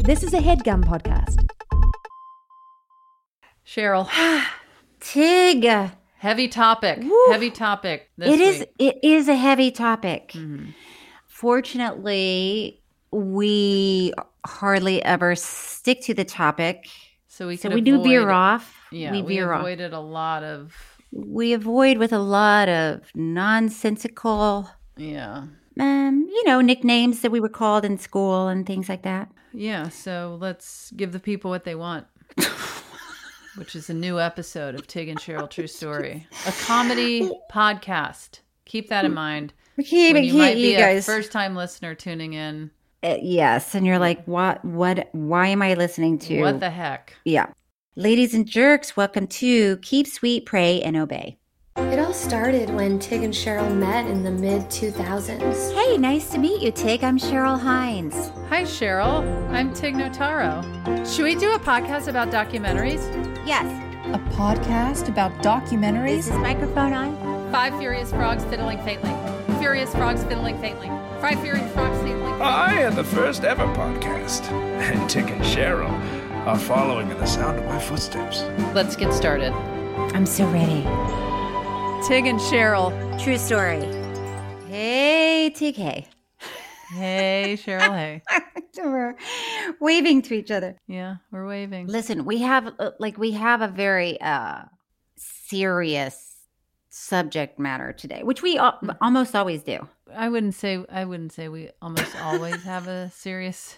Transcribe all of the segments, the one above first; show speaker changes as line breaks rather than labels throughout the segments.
This is a headgum podcast.
Cheryl,
Tig.
heavy topic.
Woo.
Heavy topic. This
It is
week.
it is a heavy topic.
Mm-hmm.
Fortunately, we hardly ever stick to the topic.
So we
So
could
we do veer
avoid-
off.
Yeah,
we
we,
veer off.
avoided a lot of.
We avoid with a lot of nonsensical
Yeah,
um, you know, nicknames that we were called in school and things like that.
yeah. So let's give the people what they want, which is a new episode of Tig and Cheryl True Story, a comedy podcast. Keep that in mind.
Okay,
when
but
you might be
you
a
guys.
first-time listener tuning in.
Uh, yes, and you're like, what? What? Why am I listening to?
What the heck?
Yeah, ladies and jerks, welcome to Keep Sweet, Pray, and Obey.
It all started when Tig and Cheryl met in the mid 2000s.
Hey, nice to meet you, Tig. I'm Cheryl Hines.
Hi, Cheryl. I'm Tig Notaro. Should we do a podcast about documentaries?
Yes.
a podcast about
Is
documentaries.
this microphone on?
Five furious frogs fiddling faintly. Furious frogs fiddling faintly. Five furious frogs fiddling faintly.
I am the first ever podcast, and Tick and Cheryl are following in the sound of my footsteps.
Let's get started.
I'm so ready.
Tig and Cheryl.
True story. Hey, Tig. Hey.
Hey, Cheryl. Hey.
We're waving to each other.
Yeah, we're waving.
Listen, we have uh, like we have a very uh serious subject matter today, which we al- almost always do.
I wouldn't say I wouldn't say we almost always have a serious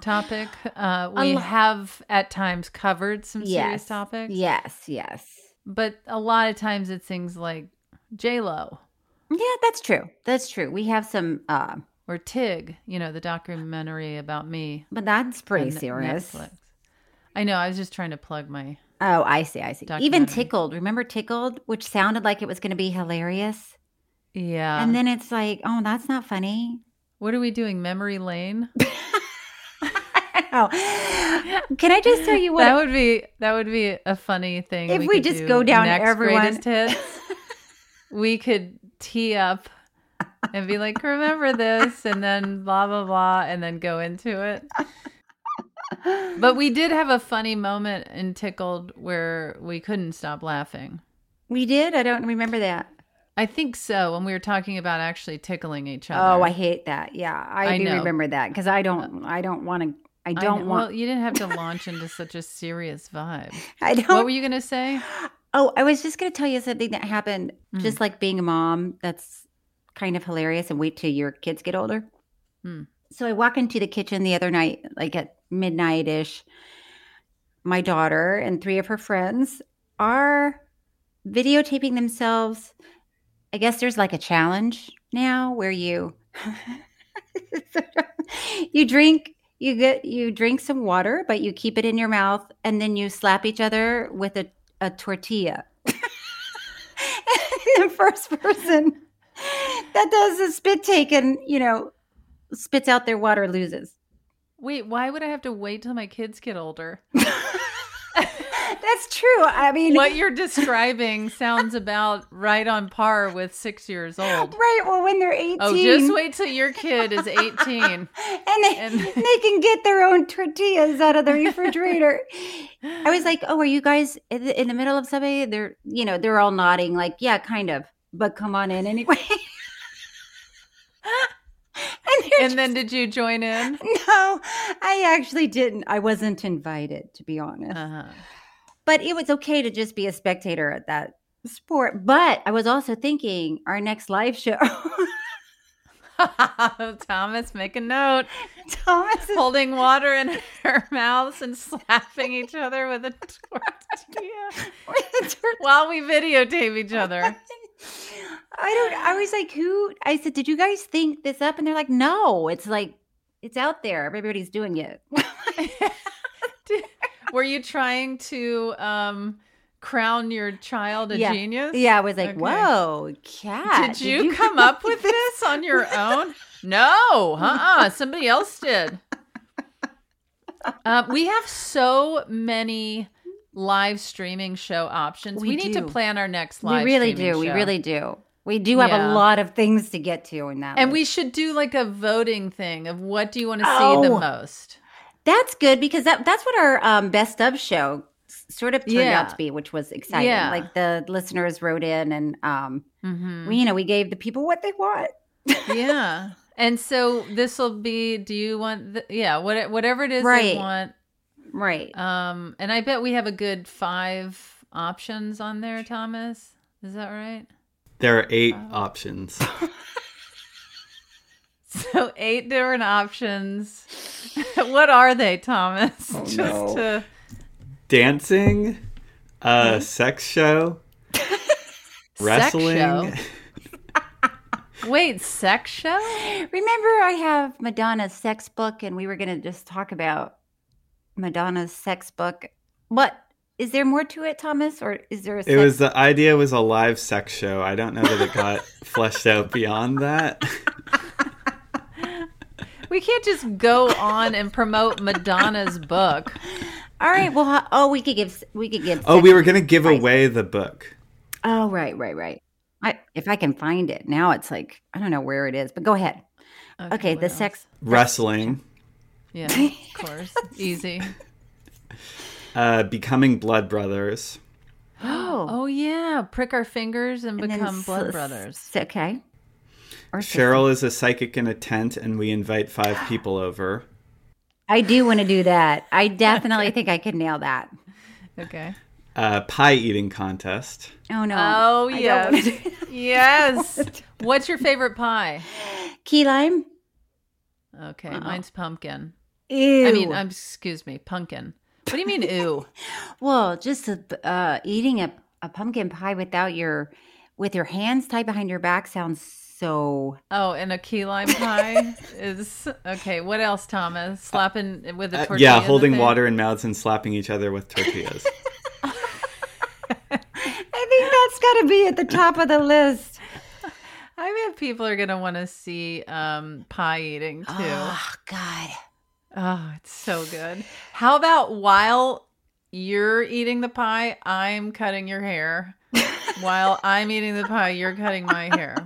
topic. Uh, we
lo-
have at times covered some serious topics,
Yes, yes.
but a lot of times it's things like J Lo
Yeah, that's true. That's true. We have some uh
or Tig. You know, the documentary about me.
but that's pretty
on
serious.
Netflix. I know. I was just trying to plug my
Oh, I see. I see. Even
Documentary.
tickled. Remember tickled, which sounded like it was going to be hilarious,
yeah.
and then it's like, oh, that's not funny.
What are we doing? Memory lane?
oh, can I just tell you what?
that would be that would be a funny thing.
If we
could
just
do
go down
next
everyone-
greatest hits. we could tee up and be like, remember this, and then blah blah blah, and then go into it. But we did have a funny moment in Tickled where we couldn't stop laughing.
we did. I don't remember that.
I think so. When we were talking about actually tickling each other.
Oh, I hate that. Yeah, I,
I
do
know.
remember that because I don't. I don't want to. I
I
don't
know-
want.
Well, you didn't have to launch into such a serious vibe.
I don't.
What were you gonna say?
Oh, I was just going to tell you something that happened. Just like being a mom, that's kind of hilarious. And wait till your kids get older.
Hmm.
So I walk into the kitchen the other night, like at midnight ish. My daughter and three of her friends are videotaping themselves. I guess there's like a challenge now where you you drink you get you drink some water, but you keep it in your mouth, and then you slap each other with a a tortilla. the first person that does a spit take and, you know, spits out their water loses.
Wait, why would I have to wait till my kids get older?
That's true. I mean,
What you're describing sounds about right on par with six years old.
right? Well, when they're eighteen,
Oh, just wait till your kid is 18.
and they,
and-
they can get their own tortillas out of the refrigerator. I was like, "Oh, are you guys in the, in the middle of something?" They're, you know, they're all nodding, like, "Yeah, kind of," but come on in anyway. and, they're
And then did you join in?
just- no, I actually didn't. I wasn't invited, to be honest.
Uh-huh.
but it was okay to just be a spectator at that sport. But I was also thinking, our next live show,
Thomas, make a note.
Thomas is
Holding water in her mouths and slapping each other with a tortilla
with the
while we videotape each other.
I don't. I was like, "Who?" I said, "Did you guys think this up?" And they're like, "No, it's like it's out there. Everybody's doing it."
Were you trying to um, crown your child a
Yeah.
genius?
yeah, I was like,
Okay.
"Whoa, cat!
Did you, come up with this on your own? No, uh-uh. Somebody else did. Uh, we have so many live streaming show options. We,
We
need to
do.
plan our next
We
live.
really
streaming
do. We
show.
really do. We do have a
Yeah.
lot of things to get to in that.
And
list.
we should do like a voting thing of what do you want to see the
Oh.
most.
that's good because that that's what our um, best of show s- sort of turned
Yeah.
out to be, which was exciting.
Yeah.
Like the listeners wrote in, and um,
Mm-hmm.
we you know we gave the people what they want.
yeah. And so this will be. Do you want? The, yeah. What, whatever it is
Right.
you want.
Right.
Um. And I bet we have a good five options on there, Thomas. Is that right?
There are eight
Oh.
options.
So eight different options. what are they, Thomas? Just
no.
to
Dancing, uh, sex show, wrestling.
Sex show? Wait, sex show?
Remember, I have Madonna's sex book, and we were going to just talk about Madonna's sex book. What is there more to it, Thomas, or is there a?
It
sex-
was the idea was a live sex show. I don't know that it got fleshed out beyond that.
We can't just go on and promote Madonna's book.
all right. Well, ho- oh, we could give we could give.
uh, Oh,
sex-
we were gonna give away the book.
Oh, right, right, right. I, if I can find it now, it's like I don't know where it is, but go ahead. Okay,
what
the
else?
sex.
Wrestling,
Yeah, of course. Easy.
uh, becoming blood brothers,
Oh,
Oh yeah, prick our fingers and, become blood brothers.
Okay. Or sister.
Cheryl is a psychic in a tent, and we invite five people over.
I do want to do that. I definitely think I could nail that.
Okay.
Uh, pie eating contest.
Oh no.
Oh
I don't wanna
yes.
do that.
Yes. What's your favorite pie?
Key lime.
Okay, mine's pumpkin.
Ew.
I mean,
um,
I'm excuse me, pumpkin. What do you mean ooh?
Well, just a, uh, eating a, a pumpkin pie without your with your hands tied behind your back sounds so.
Oh, and a key lime pie is okay. What else, Thomas? Slapping with a
Uh,
tortilla.
yeah,
in the
holding
thing?
water in mouths and slapping each other with tortillas.
I think that's got to be at the top of the list.
I bet people are gonna want to see um, pie eating too. Oh.
Oh God,
it's so good. How about while you're eating the pie, I'm cutting your hair. while I'm eating the pie, you're cutting my hair.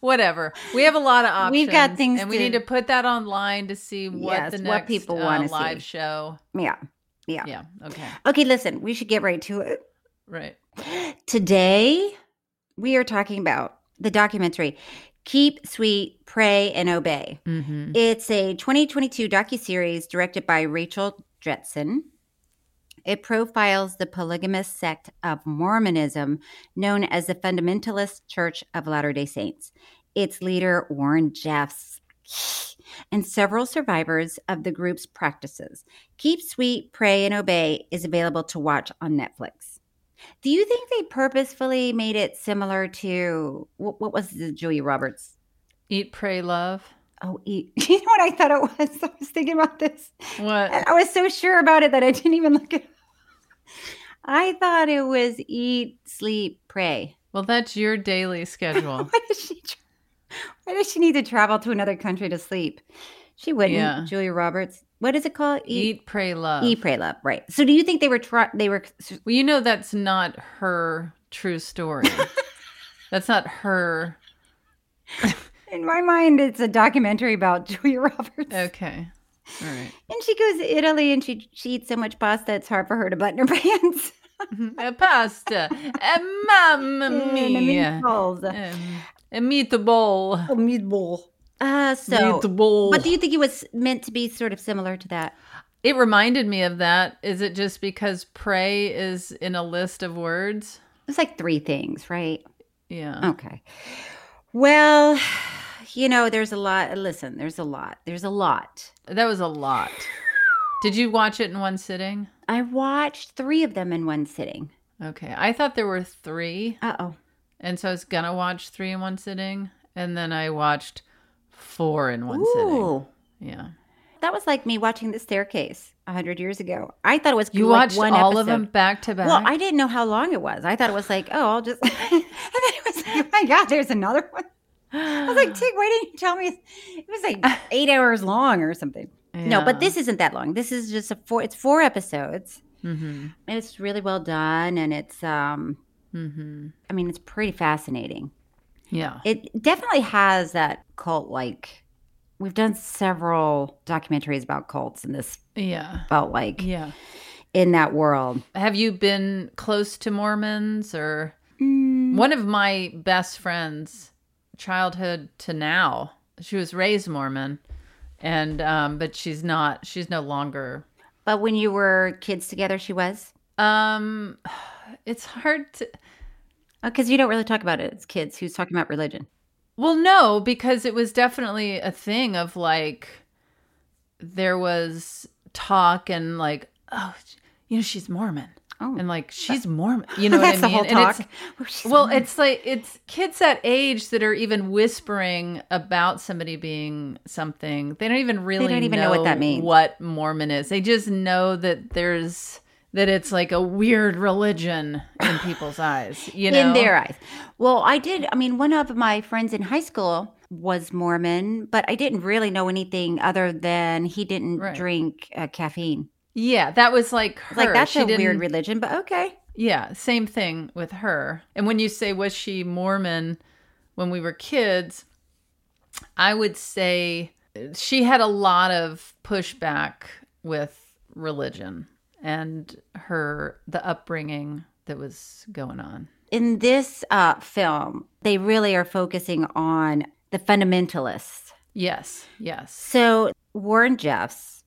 Whatever. We have a lot of options.
We've got things
and we
to-
need to put that online to see what
Yes,
the
what
next
people
uh,
wanna
live
see.
show.
yeah, yeah,
Yeah. Okay.
Okay, listen, we should get right to it.
Right.
Today, we are talking about the documentary "Keep Sweet, Pray and Obey."
Mm-hmm.
It's a 2022 docuseries directed by Rachel Dretson. It profiles the polygamous sect of Mormonism known as the Fundamentalist Church of Latter day Saints. Its leader, Warren Jeffs, and several survivors of the group's practices. Keep Sweet, Pray, and Obey is available to watch on Netflix. Do you think they purposefully made it similar to what, what was the Julia Roberts
Eat, pray, love.
Oh, eat. You know what I thought it was? I was thinking about this.
What?
And I was so sure about it that I didn't even look it up. I thought it was eat, sleep, pray.
Well, that's your daily schedule.
Why does she? Tra- why does she need to travel to another country to sleep? She wouldn't.
Yeah.
Julia Roberts. What is it called?
Eat, uh, pray, love.
Eat, pray, love. Right. So, do you think they were try- they were
Well, you know that's not her true story. that's not her.
In my mind, it's a documentary about Julia Roberts.
Okay. All right.
And she goes to Italy and she, she eats so much pasta, it's hard for her to button her pants.
A pasta. A mamma
And
mia.
meatballs.
Um, A meatball.
A meatball. Uh, so,
meatball.
but do you think it was meant to be sort of similar to that?
it reminded me of that. Is it just because pray is in a list of words?
It's like three things, right?
Yeah.
Okay. Well, you know, there's a lot. Listen, there's a lot. There's a lot.
That was a lot. Did you watch it in one sitting?
I watched three of them in one sitting.
Okay. I thought there were three.
Uh oh.
And so I was going to watch three in one sitting. And then I watched four in one sitting.
Ooh.
Yeah.
That was like me watching The Staircase a 100 years ago. I thought it was
You
like
watched
one
all of
episode.
them back to back.
Well, I didn't know how long it was. I thought it was like, oh, I'll just. and then it was like, oh my God, there's another one. I was like, Tig, why didn't you tell me? It was like eight hours long or something. No, but this isn't that long. This is just a four. It's four episodes.
Mm-hmm.
And It's really well done, and it's. um
Mm-hmm.
I mean, it's pretty fascinating.
Yeah.
It definitely has that cult like. We've done several documentaries about cults and this
Yeah.
felt like
Yeah.
in that world.
Have you been close to Mormons or
Mm,
one of my best friends, childhood to now? She was raised Mormon, and um, but she's not. She's no longer.
But when you were kids together, she was.
Um, it's hard to.
Because Uh, you don't really talk about it as kids. Who's talking about religion?
Well, no, because it was definitely a thing of like there was talk and like oh, you know, she's Mormon.
Oh.
And like she's Mormon, you know
That's
what I
the
mean?
whole
And it's-
talk. Oh, she's
Well, it's like it's kids that age that are even whispering about somebody being something. They don't even really
don't even know what that means.
What Mormon is? They just know that there's that it's like a weird religion in people's eyes. You know,
in their eyes. Well, I did. I mean, one of my friends in high school was Mormon, but I didn't really know anything other than he didn't
Right.
drink uh, caffeine.
yeah, that was like
It's
her.
Like that's
She
a weird
didn't-
religion, but okay.
Yeah, same thing with her. And when you say, was she Mormon when we were kids? I would say she had a lot of pushback with religion and her, the upbringing that was going on.
In this uh, film, they really are focusing on the fundamentalists.
Yes, yes.
So Warren Jeffs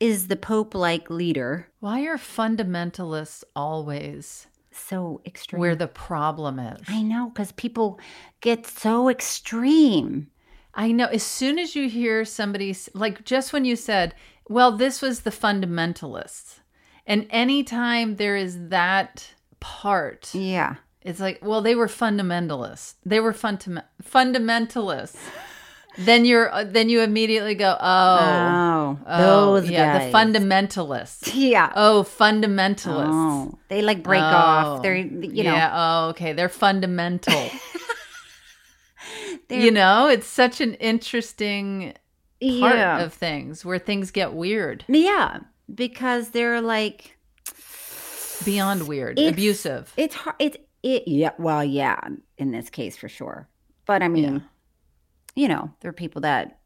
is the Pope-like leader.
Why are fundamentalists always
So extreme.
where the problem is?
I know because people get so extreme.
I know. As soon as you hear somebody, s- like just when you said, well, this was the fundamentalists. And anytime there is that part,
Yeah.
it's like, well, they were fundamentalists. They were fundam- fundamentalists. then you're, uh, then you immediately go, oh,
Oh,
oh,
those
yeah,
guys.
the fundamentalists.
Yeah.
Oh, fundamentalists.
Oh, they like break off.
Oh.
They're you know.
yeah. Oh, okay. They're fundamental.
They're,
you know, it's such an interesting part
yeah.
of things where things get weird.
yeah, because they're like
beyond weird,
It's-
abusive.
it's hard. It's it. Yeah. Well, yeah. In this case, for sure. But I mean, you know, there are people that.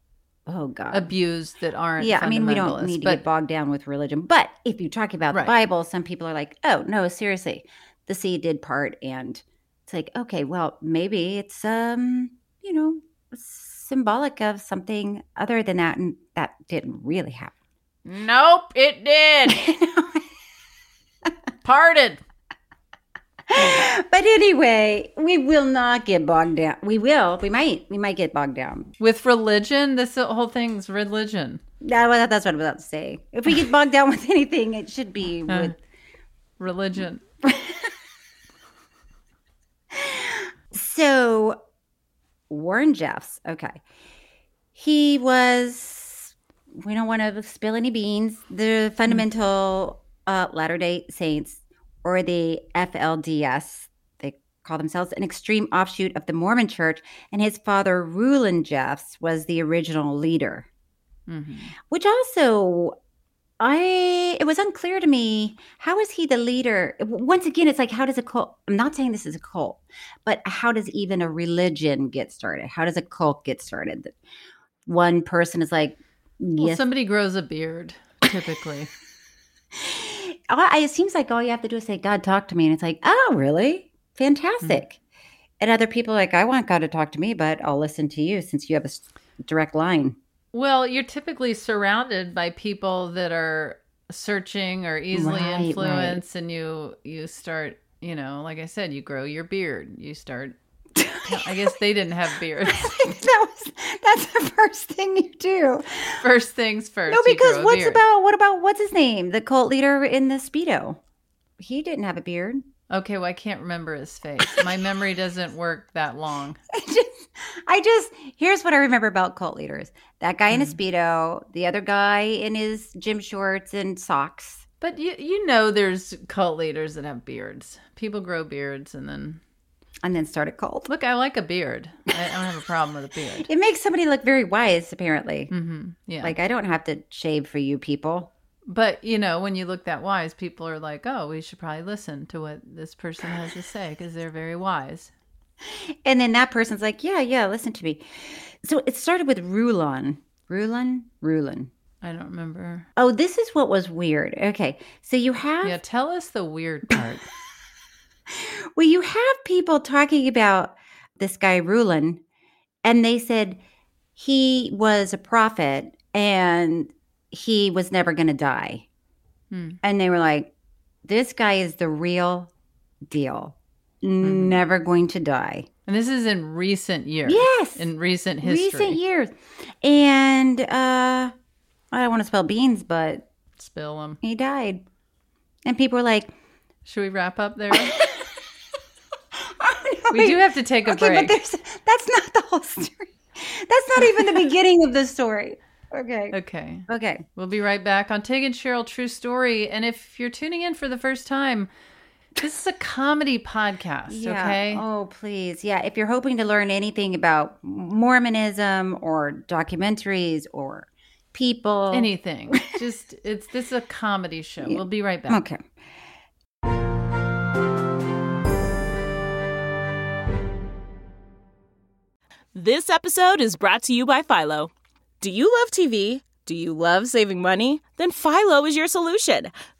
Oh God.
abused that aren't.
yeah, I mean, we don't
fundamentalists,
need to
but
get bogged down with religion. But if you talk about
Right.
the Bible, some people are like, oh, no, seriously, the sea did part. And it's like, okay, well, maybe it's, um, you know, symbolic of something other than that. And that didn't really happen.
nope, it did parted.
but anyway, we will not get bogged down. We will. We might. We might get bogged down.
With religion, this whole thing's religion,
That, was- that's what I was about to say. If we get bogged down with anything, it should be with
religion.
So Warren Jeffs, okay. He was we don't want to spill any beans. The fundamental uh Latter-day Saints or the FLDS, they call themselves an extreme offshoot of the Mormon Church, and his father, Rulon Jeffs, was the original leader. Mm-hmm.
Mhm.
Which also, I it was unclear to me how is he the leader? Once again, it's like how does a cult? I'm not saying this is a cult, but how does even a religion get started? How does a cult get started? That one person is like,
Well,
yes,
somebody grows a beard typically.
all I, it seems like all you have to do is say, God, talk to me. And it's like, oh, really? Fantastic. And other people are like, I want God to talk to me, but I'll listen to you since you have a s- direct line.
Well, you're typically surrounded by people that are searching or easily
Right, right.
influenced, and you you start, you know, like I said, you grow your beard. You start. I guess they didn't have beards.
that was that's the first thing you do.
First things first.
no,
you
because
grow a
what's
beard.
about what about what's his name? The cult leader in the speedo. He didn't have a beard.
Okay, well, I can't remember his face. My memory doesn't work that long.
I just, I just here's what I remember about cult leaders: that guy in
Mm.
a speedo, the other guy in his gym shorts and socks.
But you you know, there's cult leaders that have beards. People grow beards, and then
And then start a cult.
look, I like a beard. I I don't have a problem with a beard.
It makes somebody look very wise, apparently.
hmm Yeah.
Like, I don't have to shave for you people.
But you know, when you look that wise, people are like, "Oh, we should probably listen to what this person has to say because they're very wise."
And then that person's like, yeah, yeah, listen to me. So it started with Rulon. Rulon? Rulon.
I don't remember.
Oh, this is what was weird. Okay. So you have,
Yeah, tell us the weird part.
well, you have people talking about this guy, Rulon, and they said he was a prophet and he was never going to die.
Hmm.
And they were like, this guy is the real deal,
Mm-hmm.
never going to die.
And this is in recent years.
Yes.
in recent history.
recent years. And uh I don't want to spell beans, but
Spill them.
he died. And people were like,
Should we wrap up there?
oh, no,
we do have to take a
Okay,
break.
but there's that's not the whole story. That's not even the beginning of the story. Okay. Okay.
okay. We'll be right back on Tig and Cheryl True Story. And if you're tuning in for the first time, this is a comedy podcast,
Yeah.
okay?
Oh, please. Yeah. If you're hoping to learn anything about Mormonism or documentaries or people.
Anything. Just it's this is a comedy show. We'll be right back.
Okay.
This episode is brought to you by Philo. Do you love TV? Do you love saving money? Then Philo is your solution.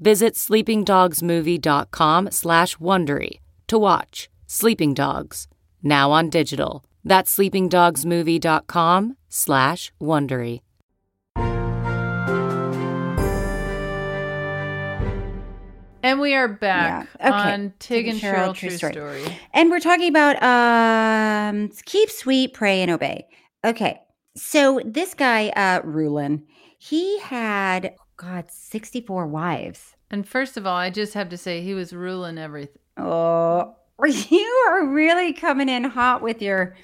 Visit sleepingdogsmovie.com slash Wondery to watch Sleeping Dogs, now on digital. That's sleepingdogsmovie.com slash Wondery.
And we are back
Yeah. Okay.
on Tig and Cheryl, True, Story.
And we're talking about um keep sweet, pray and obey. Okay. So this guy uh Rulin, he had oh god 64 wives.
And first of all, I just have to say he was ruling everything.
Oh, you are really coming in hot with your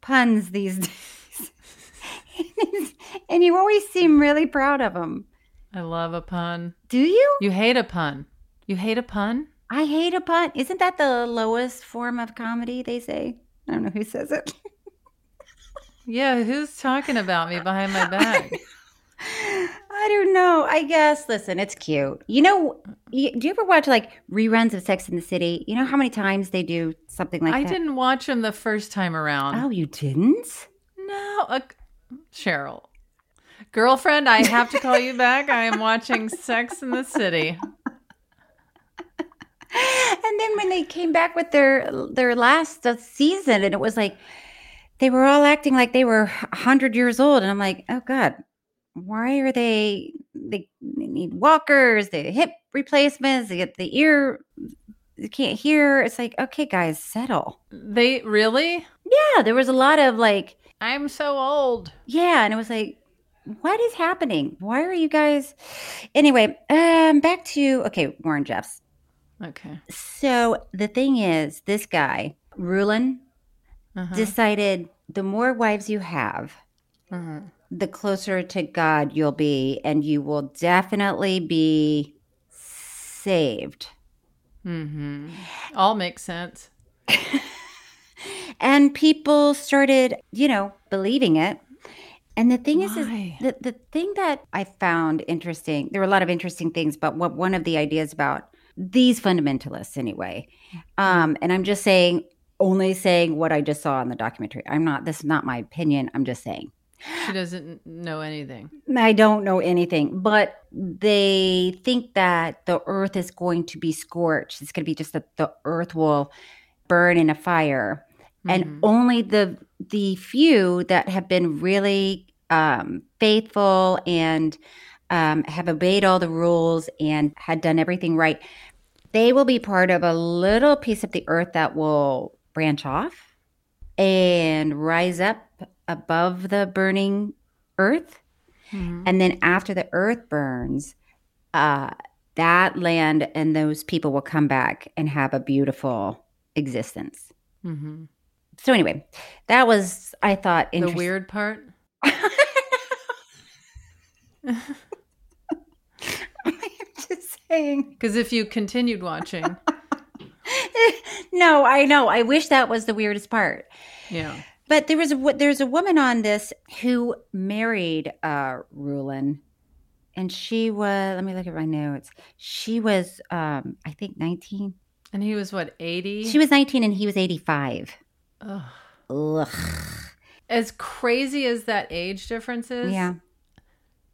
puns these days. and you always seem really proud of them.
I love a pun.
Do you?
You hate a pun. You hate a pun?
I hate a pun. Isn't that the lowest form of comedy they say? I don't know who says it.
Yeah, who's talking about me behind my back?
I don't know. I guess. Listen, it's cute. You know, you, do you ever watch like reruns of Sex in the City? You know how many times they do something like
I
that?
didn't watch him the first time around.
Oh, you didn't?
No, uh, Cheryl. Girlfriend, I have to call you back. I am watching Sex in the City.
and then when they came back with their their last uh, season and it was like they were all acting like they were 100 years old and i'm like oh god why are they they, they need walkers the hip replacements they get the ear they can't hear it's like okay guys settle
They really?
yeah there was a lot of like
I'm so old.
yeah and it was like what is happening why are you guys anyway um back to okay warren jeffs
Okay.
so the thing is, this guy, Rulin,
Uh-huh.
decided the more wives you have,
Uh-huh.
the closer to God you'll be, and you will definitely be saved.
Mm-hmm. All makes sense.
And people started, you know, believing it. And the thing is, is
Why?
the, the thing that I found interesting, there were a lot of interesting things, but what one of the ideas about these fundamentalists, anyway, um, and I'm just saying, only saying what I just saw in the documentary. I'm not, this is not my opinion. I'm just saying.
She doesn't know anything.
I don't know anything, but they think that the earth is going to be scorched. It's going to be just that the earth will burn in a fire,
Mm-hmm.
and only the the few that have been really um, faithful and um, have obeyed all the rules and had done everything right, they will be part of a little piece of the earth that will branch off and rise up above the burning earth.
Mm-hmm.
And then after the earth burns, uh, that land and those people will come back and have a beautiful existence.
Mm-hmm.
So anyway, that was I thought
The
interesting.
weird part?
I'm just saying.
Because if you continued watching,
no, I know. I wish that was the weirdest part.
yeah.
But there was a, wo- there's a woman on this who married uh, Rulin, and she was. Let me look at my notes. She was, um, I think, nineteen.
And he was what, 80?
She was nineteen, and he was eighty-five.
Ugh.
Ugh.
As crazy as that age difference is,
Yeah.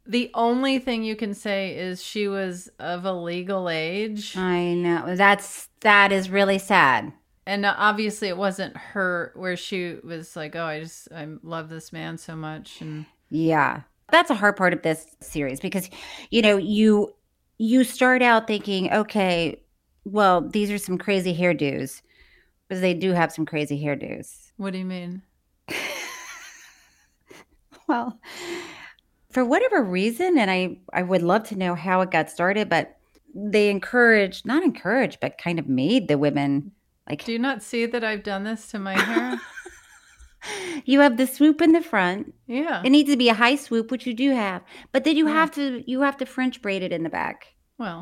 the only thing you can say is she was of a legal age.
I know. That's that is really sad.
and obviously it wasn't her where she was like oh i just i love this man so much and
Yeah. That's a hard part of this series because you know, you you start out thinking, okay, well, these are some crazy hairdos. Because they do have some crazy hairdos.
what do you mean
Well, for whatever reason, and I I would love to know how it got started, but they encouraged, not encouraged, but kind of made the women like
do you not see that i've done this to my hair
you have the swoop in the front,
yeah
It needs to be a high swoop, which you do have, but then you have to you have to French braid it in the back.
well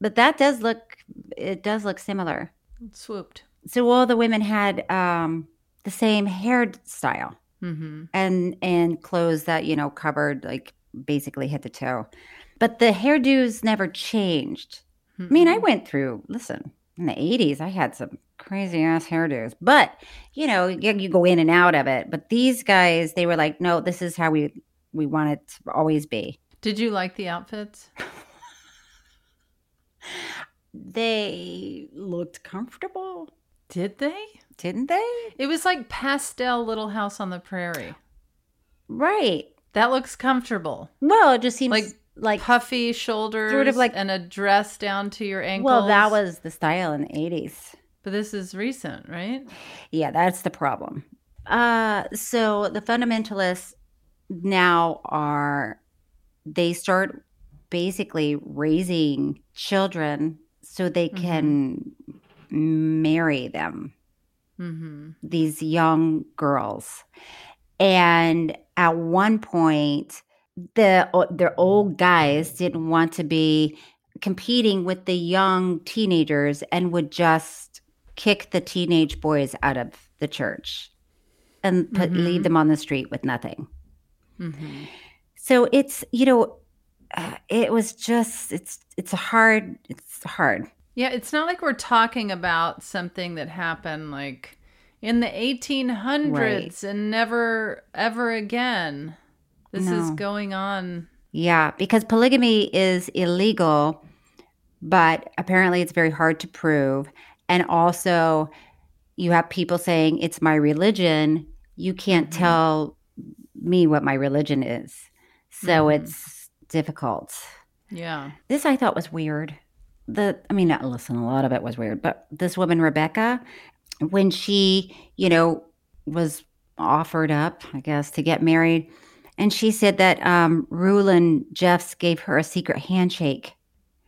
But that does look it does look similar.
it swooped
So all the women had um, the same hairstyle
mm-hmm
and and clothes that you know covered like basically head to toe, but the hairdos never changed.
Mm-hmm.
I mean, I went through listen in the eighties. I had some crazy ass hairdos, but you know you you go in and out of it. But these guys, they were like, no, this is how we we want it to always be.
did you like the outfits
they looked comfortable,
did they
didn't they?
it was like pastel little house on the prairie
Right.
that looks comfortable
Well, it just seems
Like
like like
puffy shoulders
of like-
and a dress down to your ankles
well, that was the style in the eighties.
but this is recent right
Yeah, that's the problem. Uh, so the fundamentalists now are they start basically raising children so they can marry them.
mm-hmm
these young girls. And at one point, the their old guys didn't want to be competing with the young teenagers and would just kick the teenage boys out of the church and put, leave them on the street with nothing.
mm-hmm
So it's you know, uh, it was just it's it's hard. It's hard.
Yeah, it's not like we're talking about something that happened like in the 1800s and never ever again. This is
No.
going on.
Yeah, because polygamy is illegal, but apparently it's very hard to prove. And also, you have people saying it's my religion. You can't tell me what my religion is. So
Mhm.
it's difficult.
Yeah.
This I thought was weird. The I mean, not listen, a lot of it was weird, but this woman Rebecca, when she, you know, was offered up, I guess, to get married, and she said that um Rulin Jeffs gave her a secret handshake.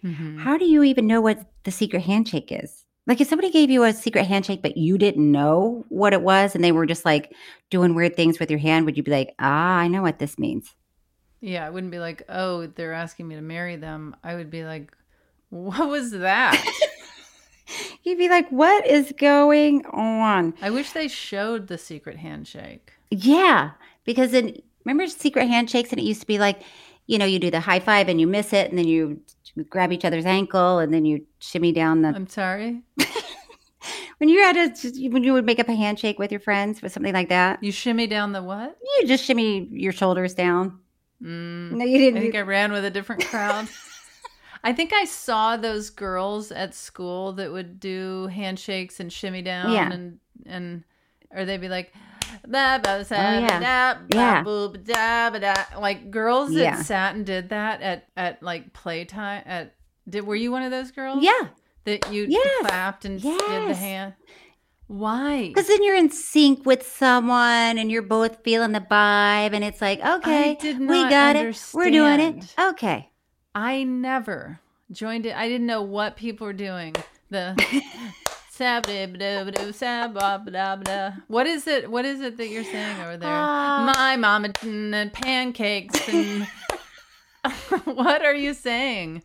Mhm.
How do you even know what the secret handshake is? Like if somebody gave you a secret handshake but you didn't know what it was and they were just like doing weird things with your hand, would you be like, "Ah, I know what this means."
Yeah, I wouldn't be like, "Oh, they're asking me to marry them." I would be like, "What was that?"
You'd be like, "What is going on?"
I wish they showed the secret handshake.
Yeah, because then remember secret handshakes, and it used to be like, you know, you do the high five and you miss it, and then you grab each other's ankle, and then you shimmy down the.
I'm sorry.
When you had a, when you would make up a handshake with your friends with something like that,
You shimmy down the what?
you just shimmy your shoulders down.
Mm.
No, you
I think
didn't.
I ran with a different crowd. I think I saw those girls at school that would do handshakes and shimmy down
Yeah.
and and or they'd be like "Ba, ba, sa,
Oh,
ba, da, ba,
Yeah.
boo, ba, da, ba, da." like girls that
Yeah.
sat and did that at at like playtime at did were you one of those girls?
Yeah,
That you
Yes.
clapped and did the
Yes.
hand. Why?
because then you're in sync with someone, and you're both feeling the vibe, and it's like, okay,
did
we
not
got it, we're doing it,
understand.
okay.
I never joined it. I didn't know what people were doing. The Sabda-ba-da-ba-do, sabba-ba-da-ba-da. what is it? What is it that you're saying over there?
Ah.
My mama and pancakes and what are you saying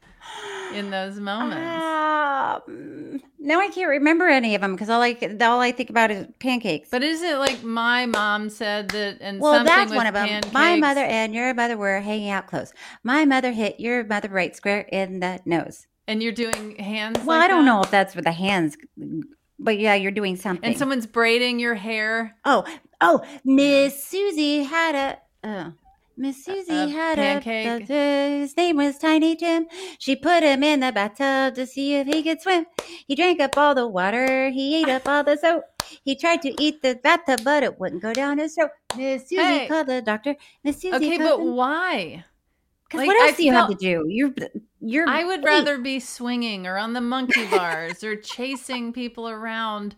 in those
Ah.
moments?
Um, now I can't remember any of them because all I c- all I think about is pancakes.
But is it like my mom said that and
Well,
something
that's
with
one of them.
pancakes?
My mother and your mother were hanging out close. My mother hit your mother right square in the nose.
and you're doing hands.
Well,
like
I don't
that?
know if that's with the hands, but yeah, you're doing something.
And someone's braiding your hair.
oh, oh, Miss Susie had a. Uh, Miss Susie
a
had
pancake.
a. His name was Tiny Jim. She put him in the bathtub to see if he could swim. He drank up all the water. He ate up all the soap. He tried to eat the bathtub, but it wouldn't go down his throat. Miss Susie
Hey.
called the doctor. Miss Susie
Okay,
called
but
the-
why?
Because
Like,
what
I
else do you have to
felt-
do? You're you're.
I would
wait,
rather be swinging or on the monkey bars or chasing people around.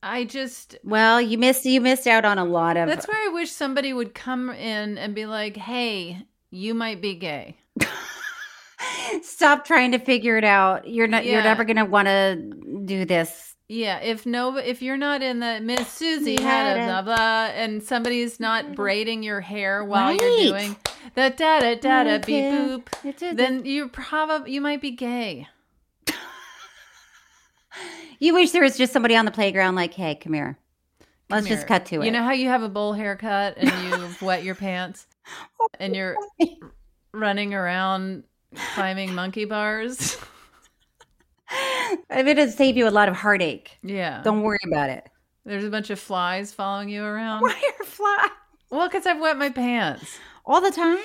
I just
Well, you missed you missed out on a lot of.
that's where I wish somebody would come in and be like, "Hey, you might be gay."
Stop trying to figure it out. You're not. You're
Yeah.
never gonna want to do this.
Yeah, if no, if you're not in the Miss Susie
You
had a
had
blah
a-
blah, and somebody's not braiding your hair while you're
Right.
doing the da da da da
Right,
beep
yeah.
boop, then you probably you might be gay.
you wish there was just somebody on the playground, like, "Hey, come here. Let's
Come
just
here.
cut to it."
You know how you have a bowl haircut and you wet your pants and you're running around climbing monkey bars?
I mean, it'll save you a lot of heartache.
Yeah.
Don't worry about it.
There's a bunch of flies following you around.
Firefly
Well, because I've wet my pants.
all the time.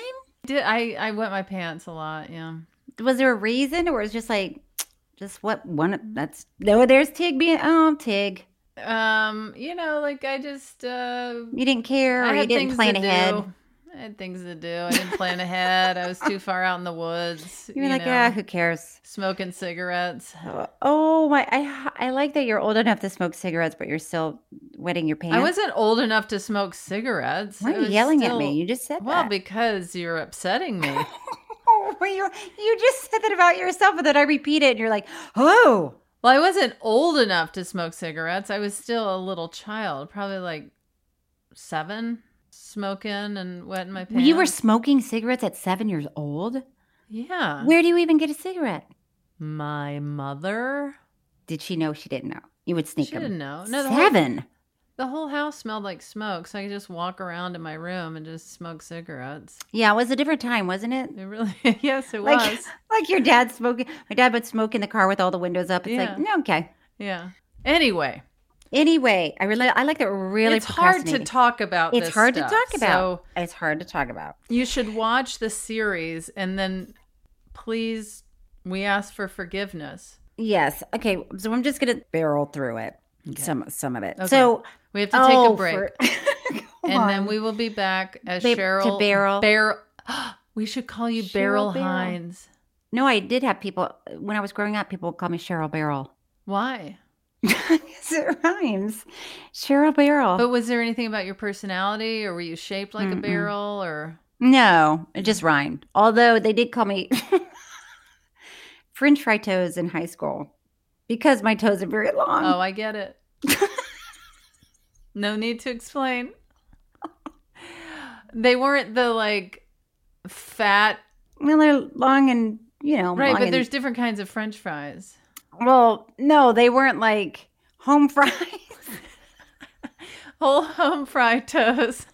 Did I, I wet my pants a lot, yeah.
Was there a reason, or was it just like, just what one? That's no. There's Tig being. Oh, Tig,
Um, you know, like I just uh
you didn't care, or
I
you
had
didn't
things
plan
to
ahead.
do. I had things to do. I didn't plan ahead. I was too far out in the woods.
You're
you
like,
know,
ah, who cares?
smoking cigarettes.
Uh, Oh my! I I like that you're old enough to smoke cigarettes, but you're still wetting your pants.
I wasn't old enough to smoke cigarettes.
Why
It
are you
was
yelling at
still-
me? You just said
Well,
that.
because you're upsetting me.
oh, well, you you just said that about yourself, and then I repeat it, and you're like, oh,
well, I wasn't old enough to smoke cigarettes. I was still a little child, probably like seven, smoking and wetting my pants.
you were smoking cigarettes at seven years old.
yeah.
Where do you even get a cigarette?
my mother.
Did she know? She didn't know. You would sneak
She
them.
didn't know. No, the whole-
seven.
The whole house smelled like smoke, so I could just walk around in my room and just smoke cigarettes.
Yeah, it was a different time, wasn't it?
It really, yes, it
like,
was.
Like your dad smoking. My dad would smoke in the car with all the windows up. It's
Yeah.
like, no, okay.
Yeah. Anyway,
Anyway, I really, I like that. We're really,
it's hard to
procrastinating.
talk about.
It's
this
hard
stuff,
to talk
so-
about. it's hard to talk about.
You should watch the series and then please, we ask for forgiveness.
Yes. Okay. So I'm just gonna barrel through it. Some some of it.
Okay.
So
We have to take
oh,
a break.
for- Come
and then
on.
we will be back as
Babe, to
Cheryl.
Beryl.
Beryl. we should call you Beryl,
Cheryl Beryl.
Hines.
No, I did have people when I was growing up. People would call me Cheryl Barrel.
Why?
Because it rhymes. Cheryl Barrel.
But was there anything about your personality, or were you shaped like a
Mm-mm.
barrel, or
no, it just rhymed. Although they did call me French fry toes in high school because my toes are very long.
oh, I get it. no need to explain. They weren't the like fat,
well, they're long and you know
right?
long
But
and-
there's different kinds of French fries.
well, no, they weren't like home fries.
Whole home fried toes.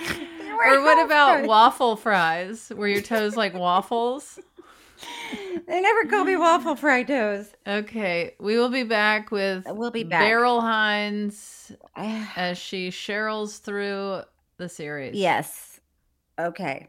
They
Or
were
what
home
about
fries.
waffle fries? Were your toes like waffles?
They never call me waffle fried toes.
Okay, we will be back with
We'll be back.
Beryl Hines
Ah,
as she Cheryl's through the series.
yes. Okay.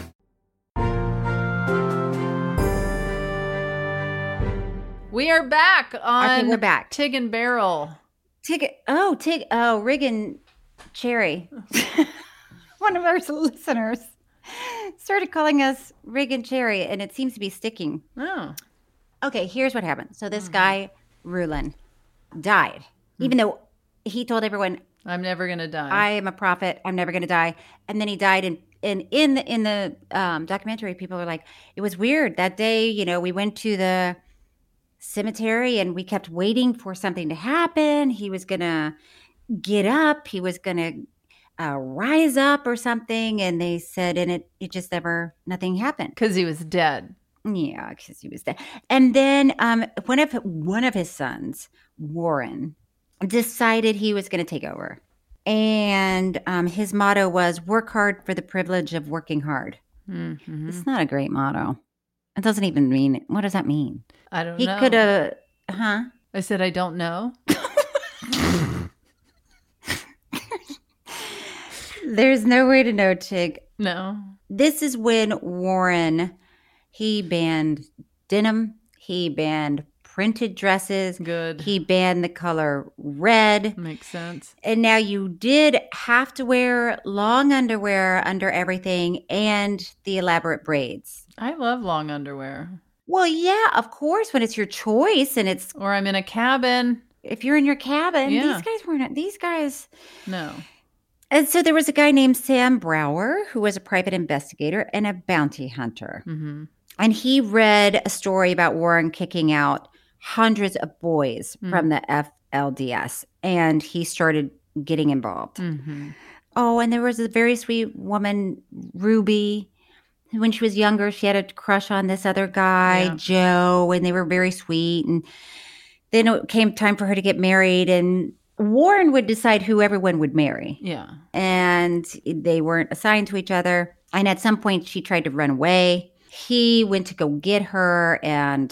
We are back on
we're back.
Tig and Beryl.
Tig. Oh, Tig. Oh, Riggin Cherry. One of our listeners started calling us Riggin Cherry, and it seems to be sticking.
Oh.
Okay, here's what happened. So this guy, Rulin, died, even though he told everyone,
I'm never gonna die.
"I am a prophet. I'm never going to die." And then he died, and and in the in the um, documentary, people are like, "It was weird that day. You know, we went to the cemetery and we kept waiting for something to happen. He was going to get up. He was going to uh, rise up or something." And they said, and it it just never nothing happened.
because he was dead.
Yeah, because he was dead. And then um, one of one of his sons, Warren, decided he was going to take over, and um, his motto was "Work hard for the privilege of working hard."
Mhm.
It's not a great motto. It doesn't even mean. What does that mean?
I don't
He
know.
could have, huh?
I said I don't know.
There's no way to know, Tig.
No.
This is when Warren he banned denim. He banned printed dresses.
Good.
He banned the color red.
Makes sense.
And now you did have to wear long underwear under everything and the elaborate braids.
I love long underwear.
Well, yeah, of course, when it's your choice and it's
Or I'm in a cabin.
if you're in your cabin,
Yeah.
these guys weren't these guys.
No.
And so there was a guy named Sam Brower who was a private investigator and a bounty hunter.
Mm-hmm.
And he read a story about Warren kicking out hundreds of boys
Mm.
from the FLDS and he started getting involved.
Mm-hmm.
Oh, and there was a very sweet woman, Ruby. who, When she was younger, she had a crush on this other guy,
Yeah.
Joe, and they were very sweet. And then it came time for her to get married, and Warren would decide who everyone would marry.
Yeah.
And they weren't assigned to each other. And at some point, she tried to run away. He went to go get her, and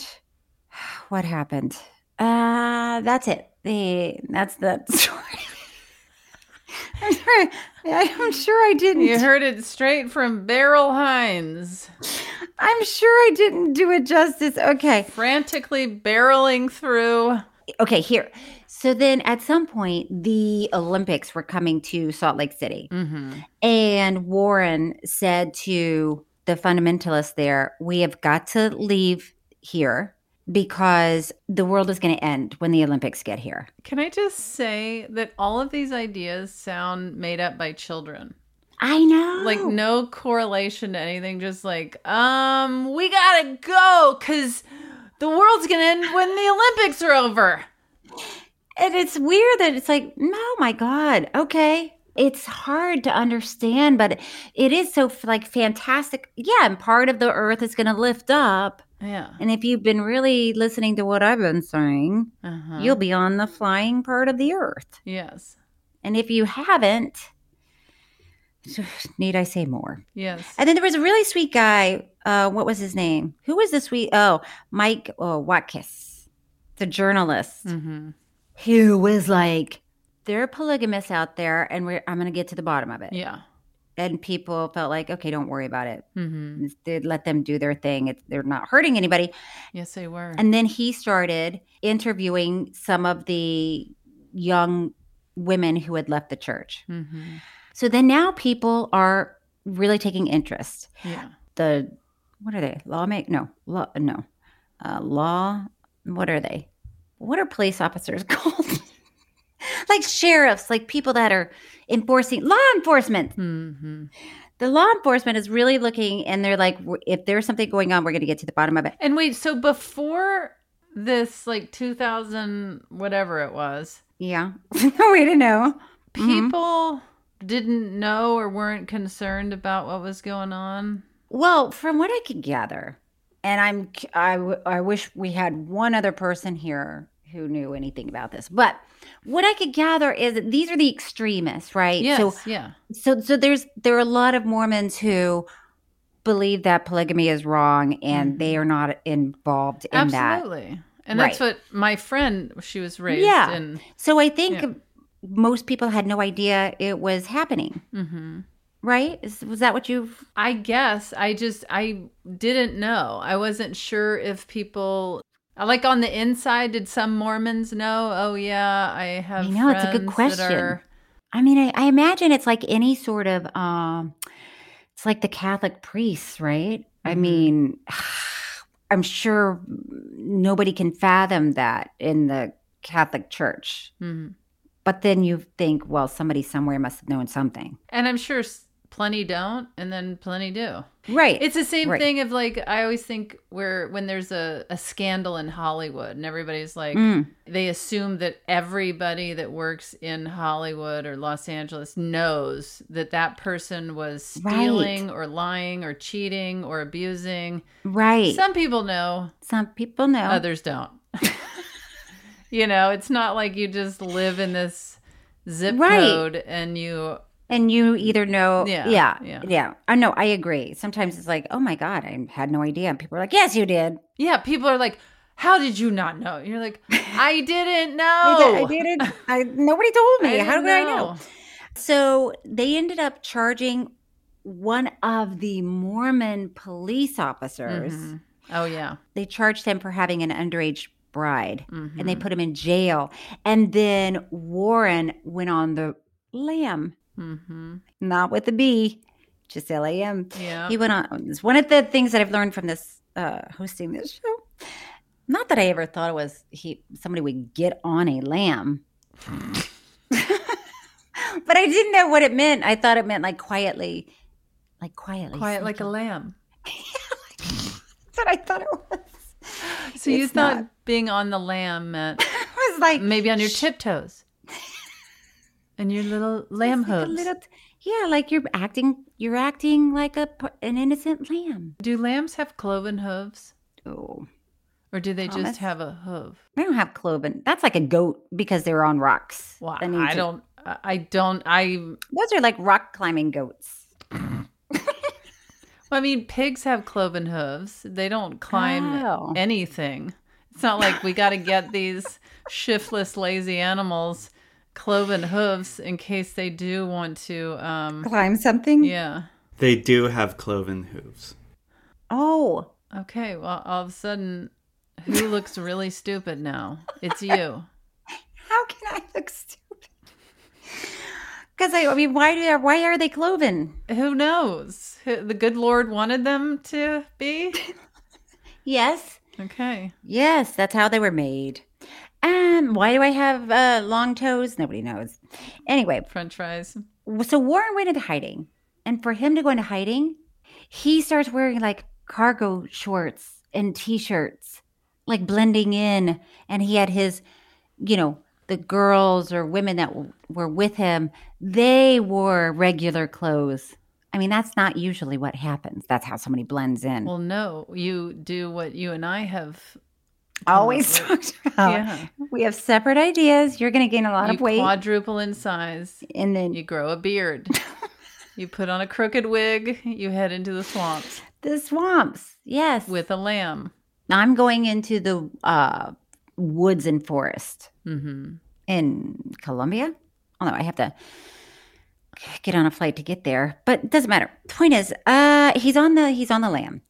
what happened? Uh, that's it. The that's the story. I'm sorry. I'm sure I didn't.
You heard it straight from Beryl Hines.
I'm sure I didn't do it justice. Okay.
Frantically barreling through.
Okay, here. So then at some point, the Olympics were coming to Salt Lake City.
Mm-hmm.
And Warren said to the fundamentalists there, We have got to leave here because the world is going to end when the Olympics get here.
Can I just say that all of these ideas sound made up by children?
I know.
Like no correlation to anything, just like, um, we gotta go because the world's gonna end when the Olympics are over.
And it's weird that it's like, no, my God, okay. It's hard to understand, but it is so like fantastic. Yeah, and part of the earth is going to lift up.
Yeah.
And if you've been really listening to what I've been saying,
Uh-huh.
you'll be on the flying part of the earth.
Yes.
And if you haven't, need I say more?
Yes.
And then there was a really sweet guy. Uh, what was his name? Who was the sweet? Oh, Mike oh, Watkiss, the journalist,
Mhm.
who was like, "There are polygamists out there, and we're, I'm going to get to the bottom of it."
Yeah.
And people felt like, "Okay, don't worry about it.
Mm-hmm.
They- Let them do their thing. It's, they're not hurting anybody."
Yes, they were.
And then he started interviewing some of the young women who had left the church.
Mm-hmm.
So then now people are really taking interest.
Yeah.
The what are they? Lawmake? No, law, no, uh, law. What are they? What are police officers called? like sheriffs, like people that are enforcing law enforcement.
Mm-hmm.
The law enforcement is really looking, and they're like, "W- if there's something going on, we're going to get to the bottom of it.
And wait, so before this, like 2000, whatever it was,
Yeah, no way to know. Mhm.
people didn't know or weren't concerned about what was going on.
Well, from what I can gather, and I'm c- I, w- I wish we had one other person here who knew anything about this, but what I could gather is that these are the extremists, right?
Yes.
So
yeah.
so so there's there are a lot of Mormons who believe that polygamy is wrong and they
Mm-hmm.
are not involved in that.
Absolutely. And that's
Right.
what my friend, she was raised
Yeah.
in.
So I think
Yeah.
most people had no idea it was happening,
Mm-hmm.
right? Is, was that what you
I guess I just I didn't know. I wasn't sure if people like on the inside did some Mormons know? Oh yeah, I have.
I know, it's a good
friends that
question.
are-
I mean, I, I imagine it's like any sort of, um, it's like the Catholic priests, right? I mean, I'm sure nobody can fathom that in the Catholic Church.
Mhm.
But then you think, well, somebody somewhere must have known something.
and I'm sure s- plenty don't, and then plenty do.
Right.
It's the same
Right.
thing of like I always think where when there's a, a scandal in Hollywood and everybody's like
Mm.
they assume that everybody that works in Hollywood or Los Angeles knows that that person was
Right.
stealing or lying or cheating or abusing.
Right. Some,
Some people know,
people know.
others don't. you know, it's not like you just live in this zip
Right.
code and you
and you either know,
Yeah,
yeah, yeah,
yeah.
yeah. I know, I agree. Sometimes it's like, oh my God, I had no idea. And people are like, yes, you did.
Yeah, people are like, "How did you not know?" And you're like, "I didn't know."
I did- I didn't. I, nobody told me.
I
How
didn't
did I know? So they ended up charging one of the Mormon police officers.
Mhm. Oh yeah.
They charged him for having an underage bride and they
Mhm.
put him in jail. And then Warren went on the lamb,
Mhm.
not with the B, just L A M.
Yeah.
He went on. It's one of the things that I've learned from this uh, hosting this show. Not that I ever thought it was he somebody would get on a lamb, but I didn't know what it meant. I thought it meant like quietly, like quietly,
Quiet like a
sneaking.
lamb.
That's what I thought it was.
So you
It's
thought
not.
being on the lamb meant
I was like
maybe on your tiptoes and your little lamb
like a
hooves.
little, yeah, like you're acting, you're acting like a p- an innocent lamb.
do lambs have cloven hooves,
Oh,
or do they
Thomas?
just have a hoof?
they don't have cloven. That's like a goat because they were on rocks.
Well,
That means
I
it-
don't. I I don't. I.
Those are like rock climbing goats.
Well, I mean, pigs have cloven hooves. They don't climb
Oh.
anything. It's It's not like we got to get these shiftless, lazy animals cloven hooves in case they do want to um,
Climb something?
Yeah.
They do have cloven hooves.
Oh.
Okay. Well, all of a sudden, who looks really stupid now? It's you.
How can I look stupid? Because I, I mean, why do why are they cloven?
Who knows? Who- The good Lord wanted them to be.
Yes.
Okay.
Yes, that's how they were made. Um, why do I have uh, long toes? Nobody knows. Anyway,
French fries.
So Warren went into hiding, and for him to go into hiding, he starts wearing like cargo shorts and t-shirts, like blending in. And he had his, you know, the girls or women that w- were with him, they wore regular clothes. I mean, that's not usually what happens. That's how somebody blends in.
Well, no, you do what you and I have
Always
come up with.
talked about.
Yeah.
We have separate ideas. You're going to gain a lot
you
of weight.
quadruple in size,
and then
you grow a beard. you put on a crooked wig. You head into the swamps
the swamps. Yes.
with a lamb.
I'm going into the uh, woods and forest
Mm-hmm.
in Colombia. Although I have to get on a flight to get there, but it doesn't matter. Point is, uh, he's on the he's on the lam.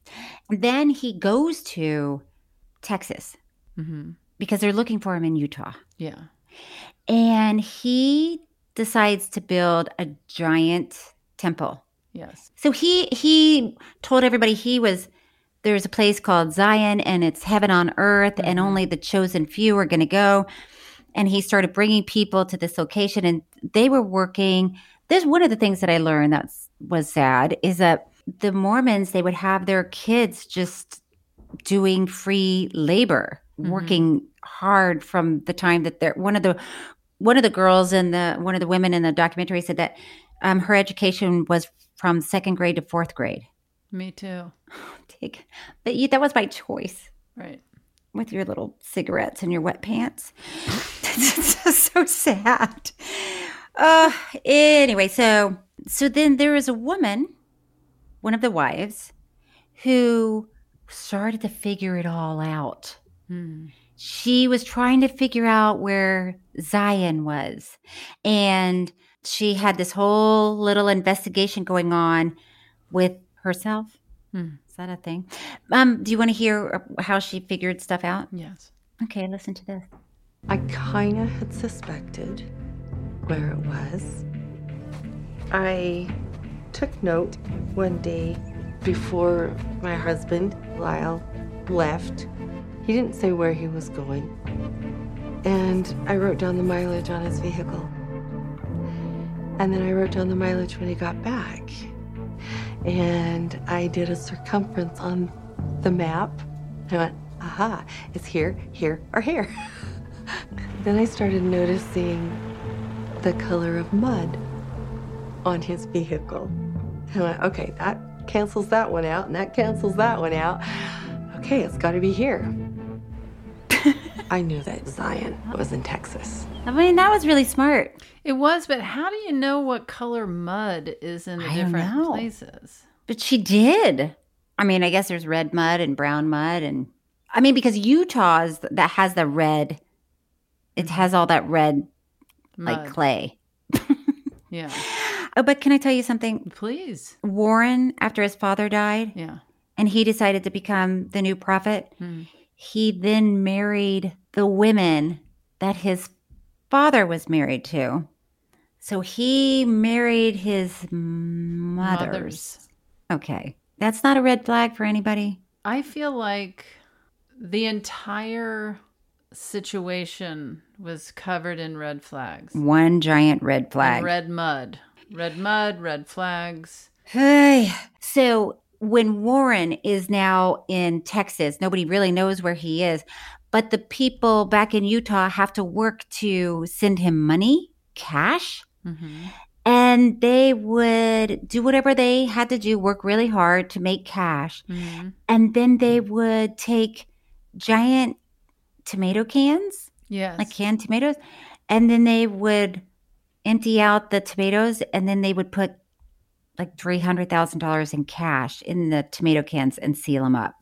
Then he goes to Texas
Mm-hmm.
because they're looking for him in Utah,
Yeah.
and he decides to build a giant temple.
Yes.
So he he told everybody he was there's a place called Zion and it's heaven on earth and only the chosen few are going to go. And he started bringing people to this location and they were working. There's one of the things that I learned that was sad is that the Mormons they would have their kids just doing free labor, working hard from the time that they're one of the one of the girls in the one of the women in the documentary said that um, her education was from second grade to fourth grade.
Me too.
Take, but you, that was by choice
Right.
with your little cigarettes and your wet pants. That's just so sad. Uh, anyway, so so then there is a woman, one of the wives, who started to figure it all out. She was trying to figure out where Zion was, and she had this whole little investigation going on with herself.
Hmm.
Is that a thing? Um, do you want to hear how she figured stuff out?
Yes.
Okay, listen to this.
I kinda had suspected where it was. I took note one day before my husband, Lyle, left. He didn't say where he was going. And I wrote down the mileage on his vehicle. And then I wrote down the mileage when he got back. And I did a circumference on the map. I went, aha, it's here, here, or here. Then I started noticing the color of mud on his vehicle. I went, okay, that cancels that one out, and that cancels that one out. Okay, it's got to be here. I knew that Zion was in Texas.
I mean, that was really smart.
It was, but how do you know what color mud is in the
I don't
different
know.
places?
But she did. I mean, I guess there's red mud and brown mud, and I mean because Utah is that has the red. It has all that red, like
Mud.
clay.
Yeah.
Oh, but can I tell you something?
Please.
Warren, after his father died,
Yeah.
and he decided to become the new prophet,
Mm.
he then married the women that his father was married to. So he married his mothers.
Mothers.
Okay. That's not a red flag for anybody.
I feel like the entire situation was covered in red flags. And
One giant red flag.
Red mud. Red mud, red flags.
Hey. So when Warren is now in Texas, nobody really knows where he is, but the people back in Utah have to work to send him money, cash,
Mm-hmm.
and they would do whatever they had to do, work really hard to make cash.
Mm-hmm.
And then they would take giant tomato cans
Yes.
like canned tomatoes. And then they would empty out the tomatoes and then they would put like $300,000 in cash in the tomato cans and seal them up.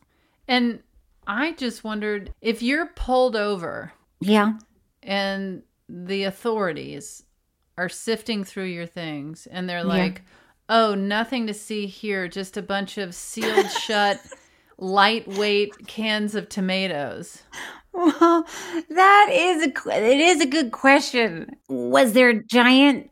And I just wondered if you're pulled over
Yeah.
and the authorities are sifting through your things and they're
Yeah.
like, oh, nothing to see here, just a bunch of sealed shut, lightweight cans of tomatoes.
Well, that is a qu- it is a good question. Was there a giant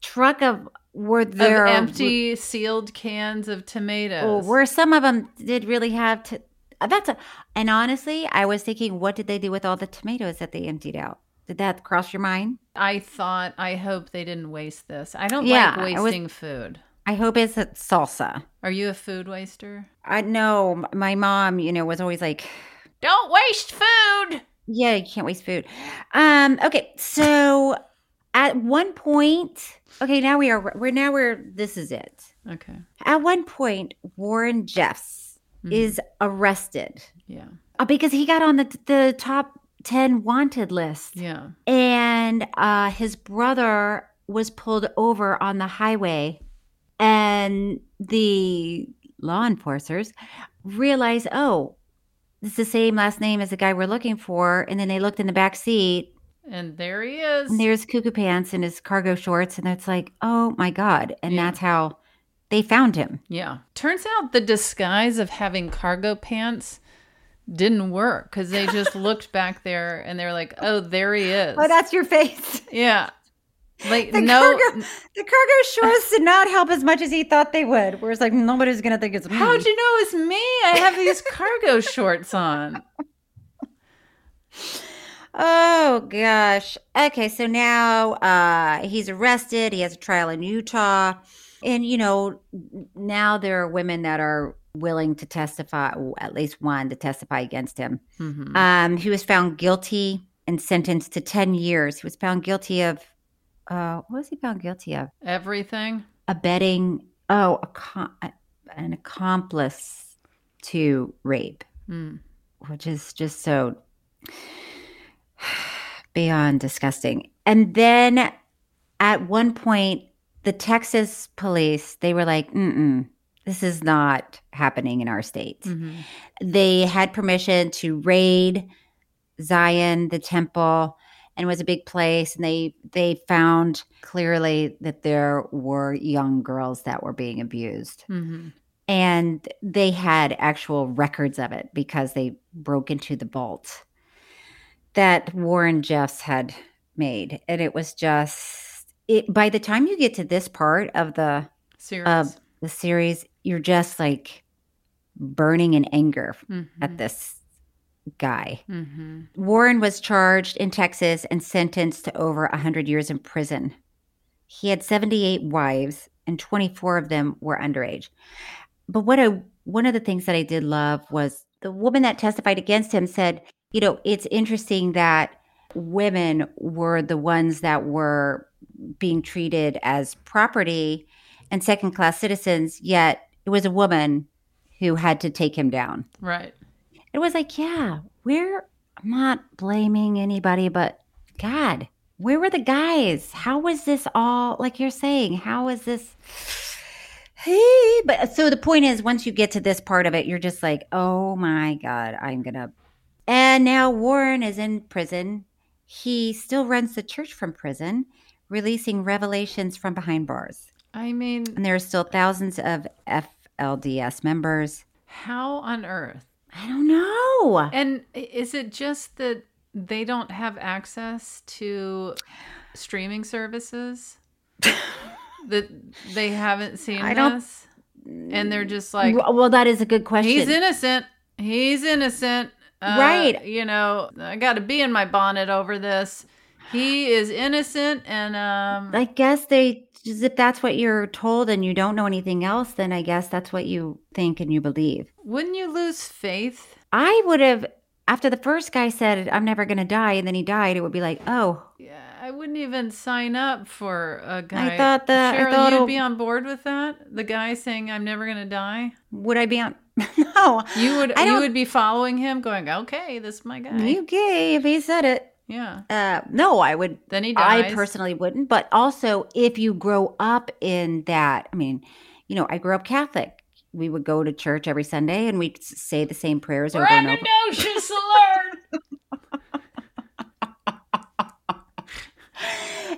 truck of were there
of empty sealed cans of
Or
tomatoes.
were some of them did really have to? uh, That's a, and honestly, I was thinking, what did they do with all the tomatoes that they emptied out? Did that cross your mind?
I thought, I hope they didn't waste this. I don't
Yeah,
like
I was-
wasting food.
I hope it's a salsa.
Are you a food waster?
I know my mom, you know, was always like,
Don't waste food.
Yeah, you can't waste food. Um, okay, so at one point, okay, now we are we're now we're this is it.
Okay.
At one point, Warren Jeffs is arrested
Yeah.
uh, because he got on the the top ten wanted list,
Yeah.
and uh, his brother was pulled over on the highway, and the law enforcers realized, oh, it's the same last name as the guy we're looking for, and then they looked in the back seat,
And there he is.
and there's Cuckoo Pants in his cargo shorts, and it's like, oh my god, and that's how they found him.
Yeah. Turns out the disguise of having cargo pants didn't work because they just looked back there and they're like, oh, there he is.
Oh, that's your face.
yeah. Like,
The
no.
cargo, the cargo shorts did not help as much as he thought they would. Where it's like nobody's gonna think it's me.
How'd you know it's me? I have these cargo shorts on.
Oh gosh. Okay, so now uh, he's arrested. He has a trial in Utah, and you know now there are women that are willing to testify. At least one to testify against him.
Mhm.
Um, he was found guilty and sentenced to ten years. He was found guilty of uh, what was he found guilty of?
Everything.
abetting oh a co- an accomplice to rape
Mm.
which is just so beyond disgusting and then at one point the texas police they were like mm this is not happening in our state
Mhm.
they had permission to raid Zion, the temple, and it was a big place. And they they found clearly that there were young girls that were being abused,
Mhm.
and they had actual records of it because they broke into the vault that Warren Jeffs had made, and it was just it. By the time you get to this part of the
Series.
of the series, you're just like burning in anger
Mm-hmm.
at this guy.
hmm
Warren was charged in Texas and sentenced to over 100 years in prison. He had 78 wives, and 24 of them were underage. But what I one of the things that I did love was the woman that testified against him said, you know, it's interesting that women were the ones that were being treated as property and second class citizens, yet it was a woman who had to take him down
Right.
it was like, yeah, we're I'm not blaming anybody, but God, where were the guys? How was this all like you're saying? How was this? Hey, but so the point is, once you get to this part of it, you're just like, oh my God, I'm gonna. And now Warren is in prison. He still runs the church from prison, releasing revelations from behind bars.
I mean,
And there are still thousands of FLDS members.
how on earth?
I don't know.
And i- is it just that they don't have access to streaming services? that they haven't seen
I don't-
this? And they're just like,
well, well, that is a good question.
he's innocent. He's innocent. Uh,
Right.
You know, I got to be in my bonnet over this. He is innocent. And um,
I guess they, if that's what you're told and you don't know anything else, then I guess that's what you think and you believe.
wouldn't you lose faith?
I would have, after the first guy said, I'm never going to die, and then he died, it would be like, oh,
I wouldn't even sign up for a guy.
thought that- I
Cheryl,
thought
you'd
it'll-
be on board with that. The guy saying, "I'm never going to die."
would I be on? no.
You would.
I
You
don't-
would be following him, going, "Okay, this is my guy."
You gay if he said it.
yeah.
Uh, no, I would.
Then he
I
dies.
personally wouldn't. But also, if you grow up in that, I mean, you know, I grew up Catholic. we would go to church every Sunday and we'd s- say the same prayers over and
Brandon
over.
knows she's alert.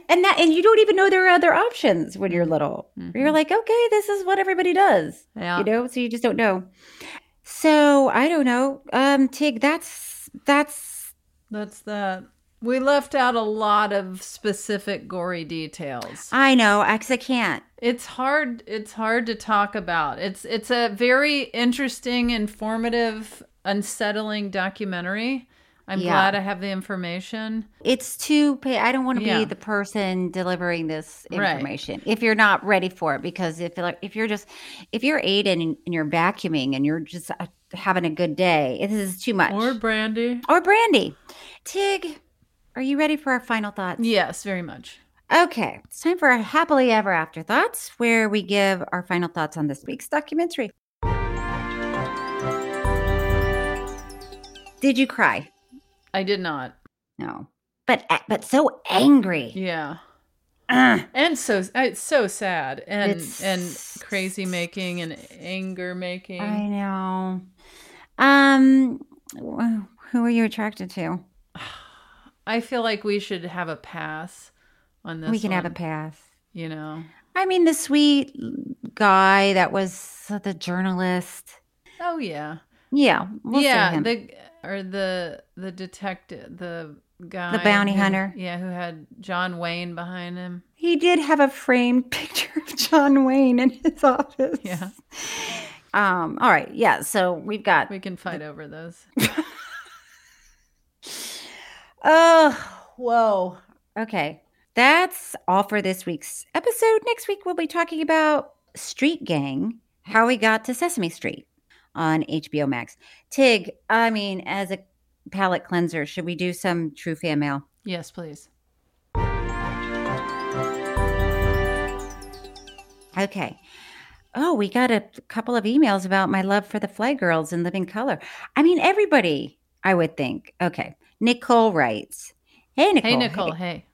And that and you don't even know there are other options when
Mm-hmm.
you're little. You're like, okay, this is what everybody does.
Yeah.
You know, so you just don't know. So I don't know. Um, Tig, that's that's
That's that. We left out a lot of specific gory details.
I know, I, 'cause I can't.
It's hard it's hard to talk about. It's it's a very interesting, informative, unsettling documentary. I'm
Yeah.
glad I have the information.
It's too pa- I don't want to
Yeah.
be the person delivering this
Right.
information if you're not ready for it because if like if you're just if you're Aiden and, and you're vacuuming and you're just uh, having a good day, this is too much. Or
Brandy.
Or Brandy. Tig, are you ready for our final thoughts?
Yes, very much.
Okay, it's time for our happily ever after thoughts where we give our final thoughts on this week's documentary. Did you cry?
I did not.
No. But but so angry.
Yeah. and so it's so sad and and crazy making and anger making.
I know. Um wh- who are you attracted to?
I feel like we should have a pass on this.
We can have a
one,
pass.
You know,
I mean the sweet guy that was the journalist.
Oh yeah.
Yeah, we'll say
yeah,
him.
the or the the detective, the guy,
bounty
who-
hunter.
Yeah, who had John Wayne behind him.
He did have a framed picture of John Wayne in his office.
Yeah.
Um, all right. Yeah. So we've got
We can fight over those.
Oh, whoa. Okay. That's all for this week's episode. Next week, we'll be talking about Street Gang, how we got to Sesame Street on HBO Max. Tig, I mean, as a palate cleanser, should we do some true fan mail?
Yes, please.
Okay. Oh, we got a couple of emails about my love for the Fly Girls and Living Color. I mean, everybody, I would think. Okay. Nicole writes Hey, Nicole.
Hey Nicole, hey.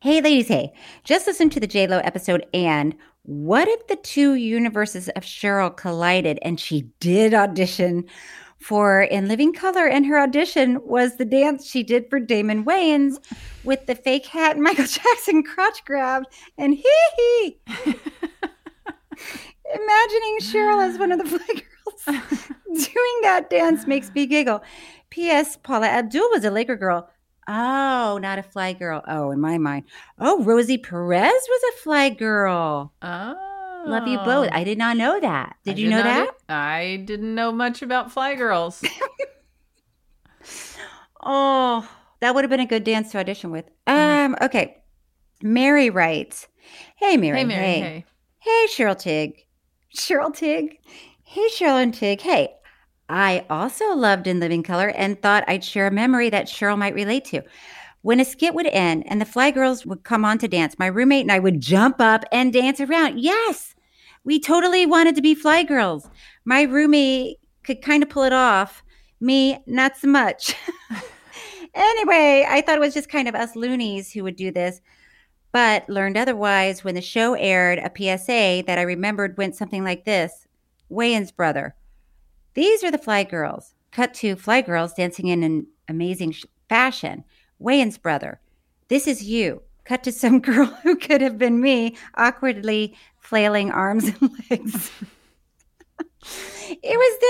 Hey, ladies, hey. Just listen to the JLo episode and what if the two universes of Cheryl collided and she did audition for In Living Color and her audition was the dance she did for Damon Wayans with the fake hat and Michael Jackson crotch grab and hee hee. Imagining Cheryl as one of the Fly Girls doing that dance makes me giggle. P.S. Paula Abdul was a Laker girl. Oh, not a fly girl. Oh, in my mind. Oh, Rosie Perez was a fly girl.
Oh.
Love you both. I did not know that. Did e-, you know that?
e, I didn't know much about Fly Girls.
Oh, that would have been a good dance to audition with. Um, okay. Mary writes, Hey Mary.
Hey, Mary,
Hey, hey Cheryl Tig. Cheryl Tig. Hey Cheryl and Tig. Hey. I also loved In Living Color and thought I'd share a memory that Cheryl might relate to. When a skit would end and the Fly Girls would come on to dance, my roommate and I would jump up and dance around. Yes, we totally wanted to be Fly Girls. My roommate could kind of pull it off. Me, not so much. anyway, I thought it was just kind of us loonies who would do this, but learned otherwise when the show aired a PSA that I remembered went something like this Wayans brother. These are the Fly Girls. Cut to Fly Girls dancing in an amazing sh- fashion. Wayans brother. This is you. Cut to some girl who could have been me, awkwardly flailing arms and legs. it was then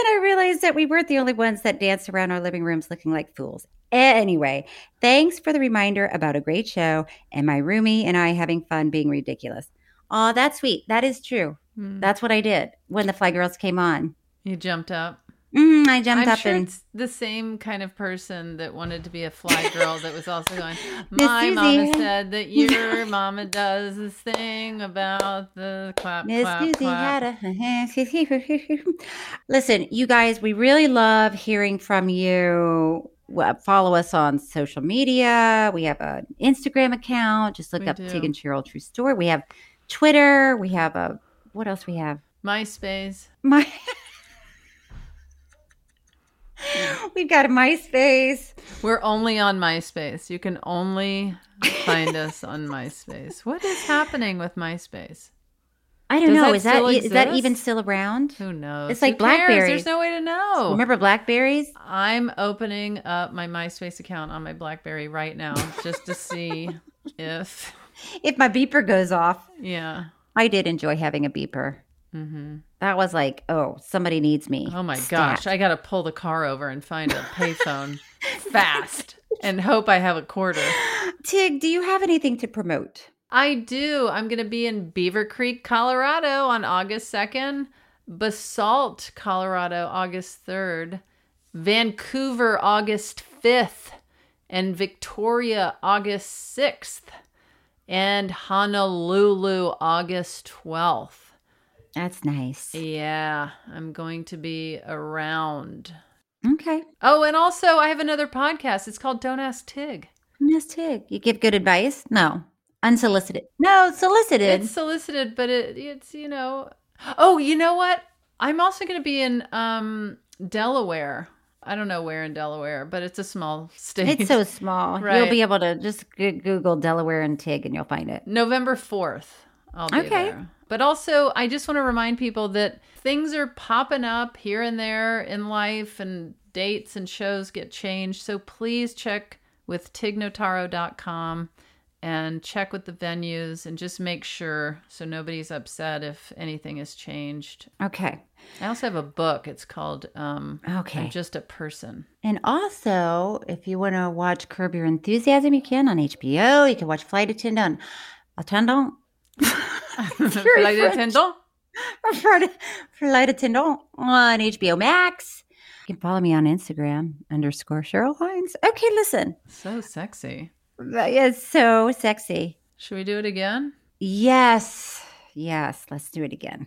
I realized that we weren't the only ones that danced around our living rooms looking like fools. Anyway, thanks for the reminder about a great show and my roomie and I having fun being ridiculous. Oh, that's sweet. That is true.
Hmm.
That's what I did when the Fly Girls came on.
You jumped up.
Mm, I jumped
I'm
up
sure
and
it's the same kind of person that wanted to be a fly girl that was also going.
Miss
My mama
Susie."
said that your mama does this thing about the clap,
Miss
clap,
Susie
clap.
had a. Listen, you guys, we really love hearing from you. Well, Follow us on social media. We have an Instagram account. Just look
We
up
do.
Tig and Cheryl True Story. We have Twitter. We have a what else? We have
MySpace.
my. We've got a MySpace.
We're only on MySpace. You can only find us on MySpace. What is happening with MySpace?
I don't
Does
know.
that
Is that e-,
still
is that
exist?
even still around?
Who knows?
It's like
Who cares?
blackberries.
There's no way to know.
Remember blackberries?
I'm opening up my MySpace account on my BlackBerry right now just to see if.
If my beeper goes off,
Yeah.
I did enjoy having a beeper.
Mm-hmm.
That was like, oh, somebody needs me.
Oh my gosh, I got to pull the car over and find a payphone fast and hope I have a quarter.
Tig, do you have anything to promote?
I do. I'm going to be in Beaver Creek, Colorado on August 2nd, Basalt, Colorado, August 3rd, Vancouver, August 5th, and Victoria, August 6th, and Honolulu, August 12th.
That's nice.
Yeah, I'm going to be around.
Okay.
Oh, and also I have another podcast. It's called Don't Ask Tig.
Miss Tig, you give good advice? No. Unsolicited. No, solicited.
It's solicited, but it, it's you know. Oh, you know what? I'm also going to be in um Delaware. I don't know where in Delaware, but it's a small state.
It's so small.
Right.
You'll be able to just g- Google Delaware and Tig and you'll find it.
November 4th. I'll be
Okay.
there. But also, I just want to remind people that things are popping up here and there in life, and dates and shows get changed. So please check with tignotaro.com and check with the venues and just make sure so nobody's upset if anything has changed.
Okay.
I also have a book. It's called um,
Okay.
I'm Just a Person.
And also, if you want to watch Curb Your Enthusiasm, you can on HBO. You can watch Flight Attendant. Attendant. Very
Flight
French.
attendant.
Flight Flight Attendant on HBO Max. You can follow me on Instagram underscore Cheryl Hines. Okay, listen.
So sexy.
That is so sexy.
Should we do it again?
Yes. Yes. Let's do it again.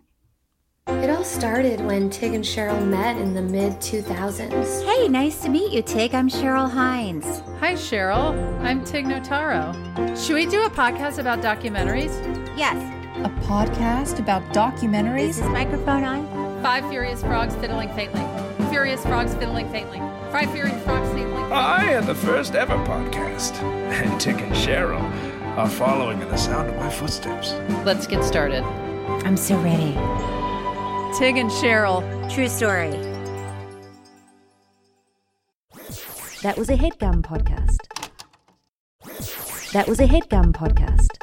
It all started when Tig and Cheryl met in the mid 2000s.
Hey, nice to meet you, Tig. I'm Cheryl Hines.
Hi, Cheryl. I'm Tig Notaro. Should we do a podcast about documentaries?
Yes.
A podcast about documentaries?
Is microphone on?
Five furious frogs fiddling faintly. Furious frogs fiddling faintly. Five furious frogs fiddling.
I am the first ever podcast, and Tick and Cheryl are following in the sound of my footsteps.
Let's get started.
I'm so ready.
Tig and Cheryl.
True story.
That was a headgum podcast. That was a headgum podcast.